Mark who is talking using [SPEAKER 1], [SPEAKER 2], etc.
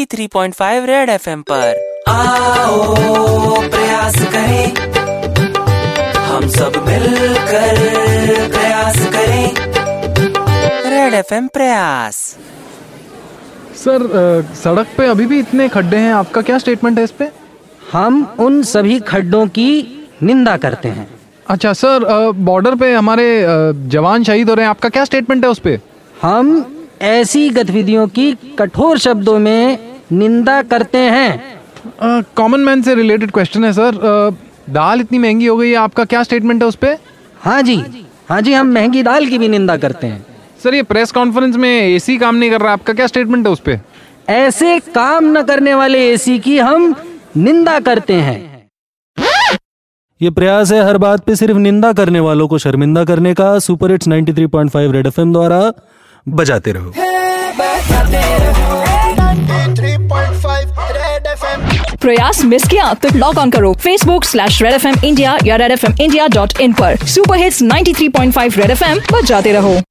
[SPEAKER 1] 93.5 red FM पर
[SPEAKER 2] आओ प्रयास करें हम सब मिलकर प्रयास करें
[SPEAKER 1] रेड एफएम प्रयास
[SPEAKER 3] सर अ, सड़क पे अभी भी इतने खड्डे हैं आपका क्या स्टेटमेंट है इस पे
[SPEAKER 4] हम उन सभी खड्डों की निंदा करते हैं
[SPEAKER 3] अच्छा सर अ, बॉर्डर पे हमारे अ, जवान शहीद हो रहे हैं आपका क्या स्टेटमेंट है उस पे
[SPEAKER 4] हम ऐसी गतिविधियों की कठोर शब्दों में निंदा करते हैं
[SPEAKER 3] कॉमन मैन से रिलेटेड क्वेश्चन है सर अ, दाल इतनी महंगी हो गई है आपका क्या स्टेटमेंट है उस पे
[SPEAKER 4] हाँ जी हाँ जी हम महंगी दाल की भी निंदा करते हैं
[SPEAKER 3] सर ये प्रेस कॉन्फ्रेंस में एसी काम नहीं कर रहा आपका क्या स्टेटमेंट है उस पे
[SPEAKER 4] ऐसे काम न करने वाले एसी की हम निंदा करते हैं
[SPEAKER 5] ये प्रयास है हर बात पे सिर्फ निंदा करने वालों को शर्मिंदा करने का सुपर हिट्स 93.5 रेड एफएम द्वारा बजाते रहो
[SPEAKER 6] प्रयास मिस किया तो लॉग ऑन करो Facebook slash red F M India या red F M India dot in पर super hits 93.5 red F M पर जाते रहो